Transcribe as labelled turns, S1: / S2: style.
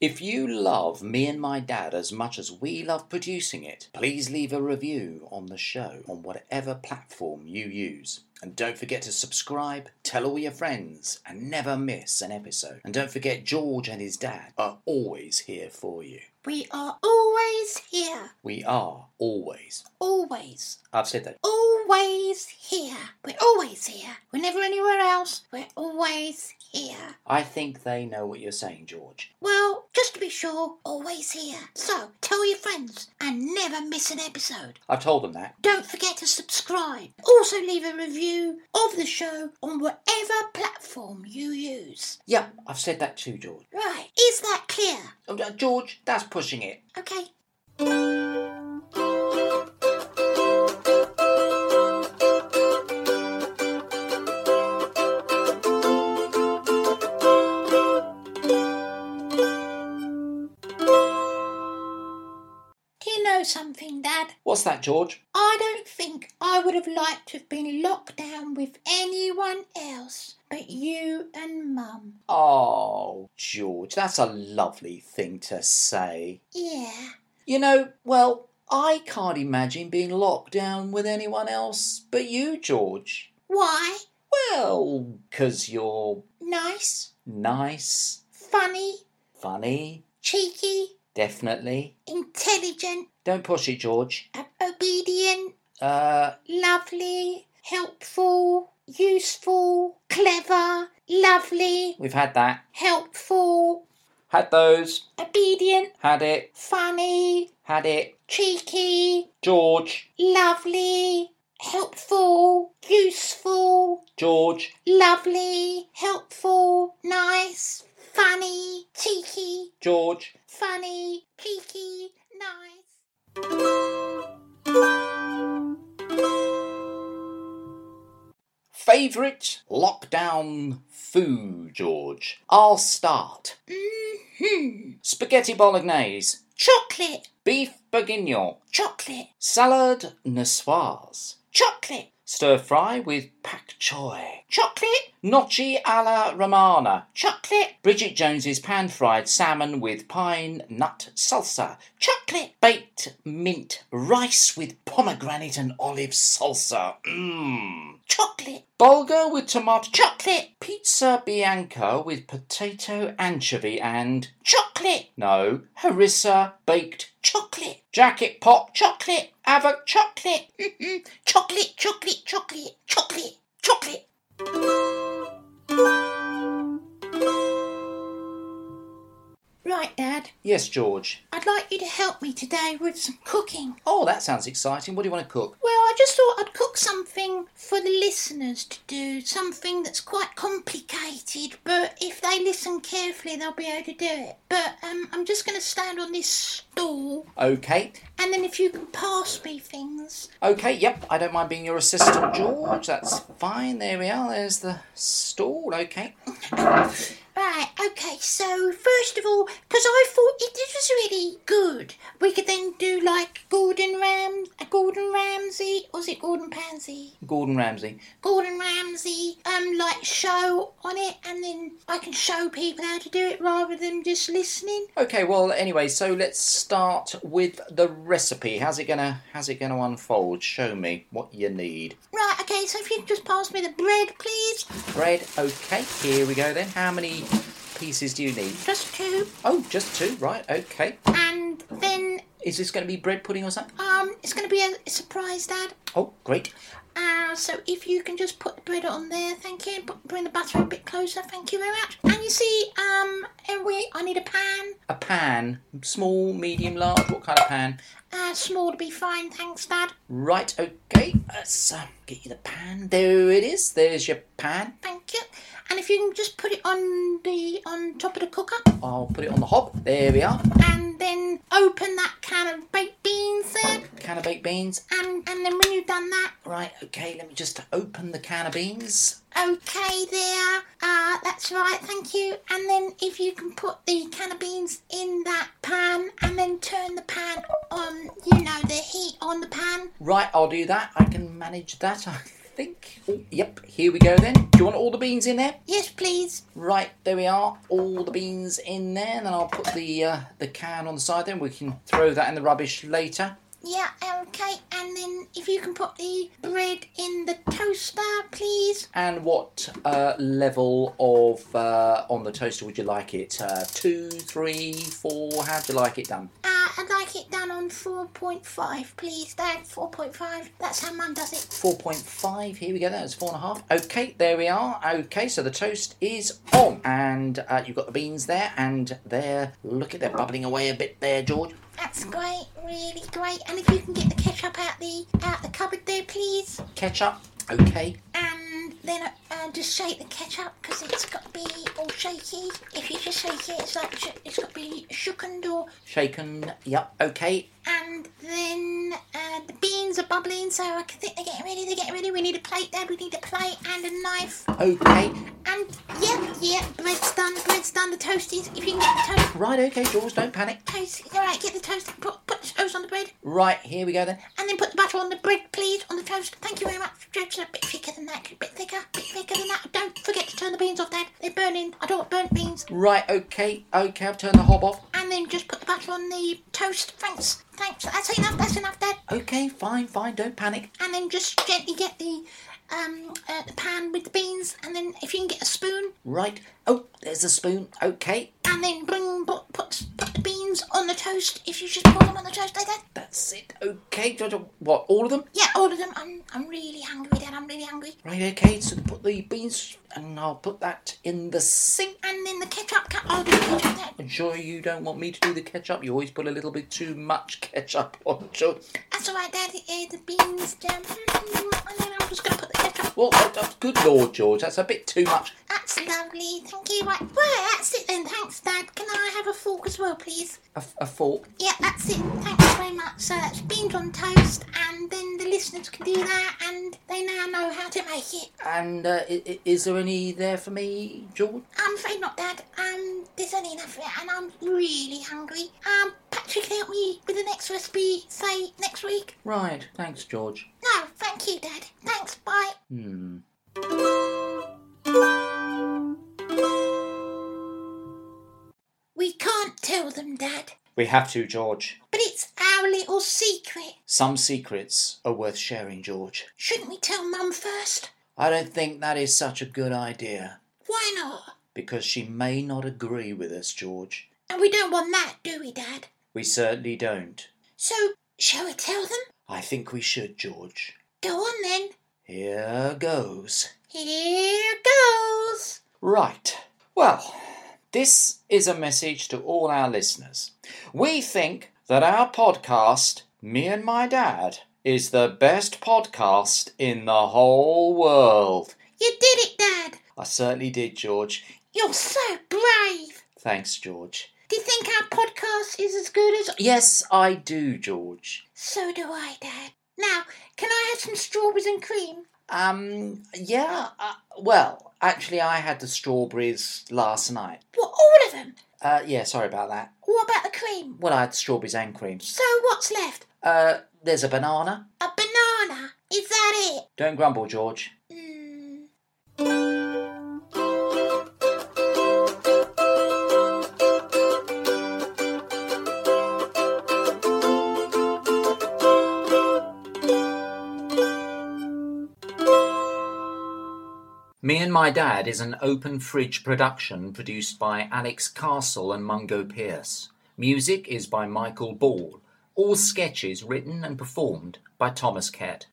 S1: If you love Me and My Dad as much as we love producing it, please leave a review on the show on whatever platform you use. And don't forget to subscribe, tell all your friends, and never miss an episode. And don't forget, George and his dad are always here for you.
S2: We are always here.
S1: We are always.
S2: Always.
S1: I've said that.
S2: Always here. We're always here. We're never anywhere else. We're always here.
S1: I think they know what you're saying, George.
S2: Well, just to be sure, always here. So tell your friends and never miss an episode.
S1: I've told them that.
S2: Don't forget to subscribe. Also, leave a review of the show on whatever platform you use.
S1: Yeah, I've said that too, George.
S2: Right, is that clear?
S1: Oh, no, George, that's pushing it.
S2: Okay. Do you know something, Dad?
S1: What's that, George?
S2: I don't think I would have liked to have been locked down with anyone else but you and Mum.
S1: Oh, George, that's a lovely thing to say.
S2: Yeah.
S1: You know, well, I can't imagine being locked down with anyone else but you, George.
S2: Why?
S1: Well, 'cause you're
S2: Nice,
S1: nice,
S2: funny,
S1: funny,
S2: cheeky,
S1: definitely.
S2: intelligent,
S1: Don't push it, George.
S2: ob- obedient,
S1: Uh,
S2: lovely, helpful, useful, clever, lovely,
S1: we've had that.
S2: helpful,
S1: Had those.
S2: obedient,
S1: Had it.
S2: funny,
S1: Had it.
S2: cheeky,
S1: George.
S2: lovely, helpful, useful,
S1: George.
S2: lovely, helpful, nice, funny, cheeky,
S1: George.
S2: funny, cheeky, nice.
S1: Favourite lockdown food, George? I'll start.
S2: hmm
S1: Spaghetti bolognese.
S2: Chocolate,
S1: Beef bourguignon.
S2: chocolate,
S1: Salad niçoise.
S2: chocolate,
S1: Stir fry with pak choy.
S2: chocolate,
S1: Gnocchi alla romana.
S2: chocolate,
S1: Bridget Jones's pan fried salmon with pine nut salsa.
S2: chocolate,
S1: Baked mint rice with pomegranate and olive salsa. Mmm.
S2: chocolate,
S1: Bulgur with tomato.
S2: chocolate,
S1: Pizza bianca with potato, anchovy, and
S2: chocolate,
S1: no harissa baked
S2: chocolate,
S1: jacket pot
S2: chocolate,
S1: avoc
S2: chocolate, mm-mm, chocolate, chocolate, chocolate, chocolate, chocolate. Right, Dad,
S1: Yes, George.
S2: I'd like you to help me today with some cooking.
S1: Oh, that sounds exciting. What do you want to cook?
S2: Well, I just thought I'd cook something for the listeners to do, something that's quite complicated, but if they listen carefully, they'll be able to do it. But um, I'm just going to stand on this stool,
S1: Okay.
S2: and then if you can pass me things.
S1: Okay, yep, I don't mind being your assistant, George. That's fine. There we are. There's the stall. Okay.
S2: Right, okay, so first of all, because I thought it was really good, we could then do like Gordon Ram, a Gordon Ramsay, or is it Gordon Pansy?
S1: Gordon Ramsay.
S2: Gordon Ramsay um like show on it and then I can show people how to do it rather than just listening.
S1: Okay, well, anyway, so let's start with the recipe. How's it gonna How's it gonna unfold? Show me what you need.
S2: Right, okay, so if you could just pass me the bread please.
S1: Bread. Okay, here we go then. How many pieces do you need?
S2: Just two
S1: Oh, just two. Right. Okay.
S2: and then
S1: Is this going to be bread pudding or something?
S2: um it's gonna be a surprise dad.
S1: Oh, great.
S2: Uh, so if you can just put the bread on there, thank you. Put- Bring the butter a bit closer, thank you very much. And you see, um, and we, I need a pan,
S1: A pan. Small, medium, large. What kind of pan?
S2: uh, small to be fine, thanks, Dad.
S1: Right, okay. Let's uh, get you the pan. There it is. There's your pan.
S2: Thank you. And if you can just put it on the on top of the cooker,
S1: I'll put it on the hob. There we are.
S2: and then open that can of baked beans there,
S1: Can of baked beans.
S2: and and then when you've done that,
S1: Right, okay. Let me just open the can of beans.
S2: okay there, uh, that's right, thank you. And then if you can put the can of beans in that pan, and then turn the pan on, you know, the heat on the pan.
S1: Right, I'll do that. I can manage that, I think. Oh, Yep, here we go then. Do you want all the beans in there?
S2: Yes, please.
S1: Right, there we are. All the beans in there, and then I'll put the uh, the can on the side. Then we can throw that in the rubbish later.
S2: Yeah, okay. And then if you can put the bread in the toaster, please.
S1: And what uh, level of uh, on the toaster would you like it? Uh, two, three, four? How'd you like it done?
S2: Uh, I'd like it done on 4.5, please, Dad. 4.5. That's how Mum does it.
S1: Four point five. Here we go. That's four and a half. Okay, there we are. Okay, so the toast is on, and uh, you've got the beans there, and they're look at they're bubbling away a bit there, George.
S2: That's great, really great. And if you can get the ketchup out the out the cupboard there, please.
S1: Ketchup. Okay,
S2: And then uh, just shake the ketchup because it's got to be all shaky. If you just shake it, it's like sh- it's got to be shookened or.
S1: shaken. Yep. Okay,
S2: And then uh, the beans are bubbling, so I think they're getting ready. They're getting ready. We need a plate there. We need a plate and a knife.
S1: okay.
S2: And yeah, yeah, bread's done. Bread's done. The toast is. If you can get the toast,
S1: Right, okay, George, don't panic.
S2: toast. All right, get the toast. Put, put the toast on the bread,
S1: Right, here we go then.
S2: and then put the butter on the bread, please, on the toast. Thank you very much. Stretch it a bit thicker than that. A bit thicker. A bit thicker than that. Don't forget to turn the beans off, Dad. They're burning. I don't want burnt beans.
S1: Right, okay, okay, I've turned the hob off.
S2: And then just put the butter on the toast. Thanks. Thanks. That's enough. That's enough, Dad.
S1: Okay, fine, fine, don't panic.
S2: and then just gently get the um, uh, the pan with the beans, and then if you can get a spoon,
S1: Right, oh, there's a spoon, okay.
S2: and then bring put put, put the beans on the toast. If you just pour them on the toast like that,
S1: That's it, okay, George, what, all of them?
S2: yeah, all of them. I'm I'm really hungry, Dad. I'm really hungry.
S1: Right, okay, so put the beans and I'll put that in the sink.
S2: And then the ketchup. Can, I'll do the ketchup. Dad.
S1: I'm sure you don't want me to do the ketchup. You always put a little bit too much ketchup on, George.
S2: That's all right, Dad. Uh, the beans jam, and then I'm just gonna put the ketchup.
S1: Well, that- that's good lord, George, that's a bit too much.
S2: That's lovely. Thank you. Right, well, that's it then. Thanks, Dad. Can I have a fork as well, please?
S1: A, a fork.
S2: Yeah, that's it. Thanks very much. So that's beans on toast, and then the listeners can do that, and they now know how to make it.
S1: And uh, i- i- is there any there for me, George?
S2: I'm afraid not, Dad. Um, there's only enough of it, and I'm really hungry. Um, Patrick, can you help me with the next recipe, say, next week?
S1: Right, thanks, George.
S2: No, thank you, Dad. Thanks, bye.
S1: Hmm.
S2: We can't tell them, Dad,
S1: We have to, George.
S2: but it's our little secret.
S1: Some secrets are worth sharing, George.
S2: Shouldn't we tell Mum first?
S1: I don't think that is such a good idea
S2: Why not?
S1: because she may not agree with us, George.
S2: And we don't want that, do we, Dad?
S1: We certainly don't.
S2: So, shall we tell them?
S1: I think we should, George.
S2: Go on then.
S1: Here goes.
S2: Here goes.
S1: Right. Well, this is a message to all our listeners. We think that our podcast, Me and My Dad, is the best podcast in the whole world.
S2: You did it, Dad.
S1: I certainly did, George.
S2: You're so brave.
S1: Thanks, George.
S2: Do you think our podcast is as good as.
S1: Yes, I do, George.
S2: So do I, Dad. Now, can I have some strawberries and cream?
S1: Um, yeah, uh, well, actually, I had the strawberries last night.
S2: What, all of them?
S1: Uh, yeah, sorry about that.
S2: What about the cream?
S1: Well, I had strawberries and creams.
S2: So, what's left?
S1: Uh, there's a banana.
S2: A banana. Is that it?
S1: Don't grumble, George.
S2: Mm.
S1: Me and My Dad is an open fridge production produced by Alex Castle and Mungo Pierce. Music is by Michael Ball. All sketches written and performed by Thomas Kett.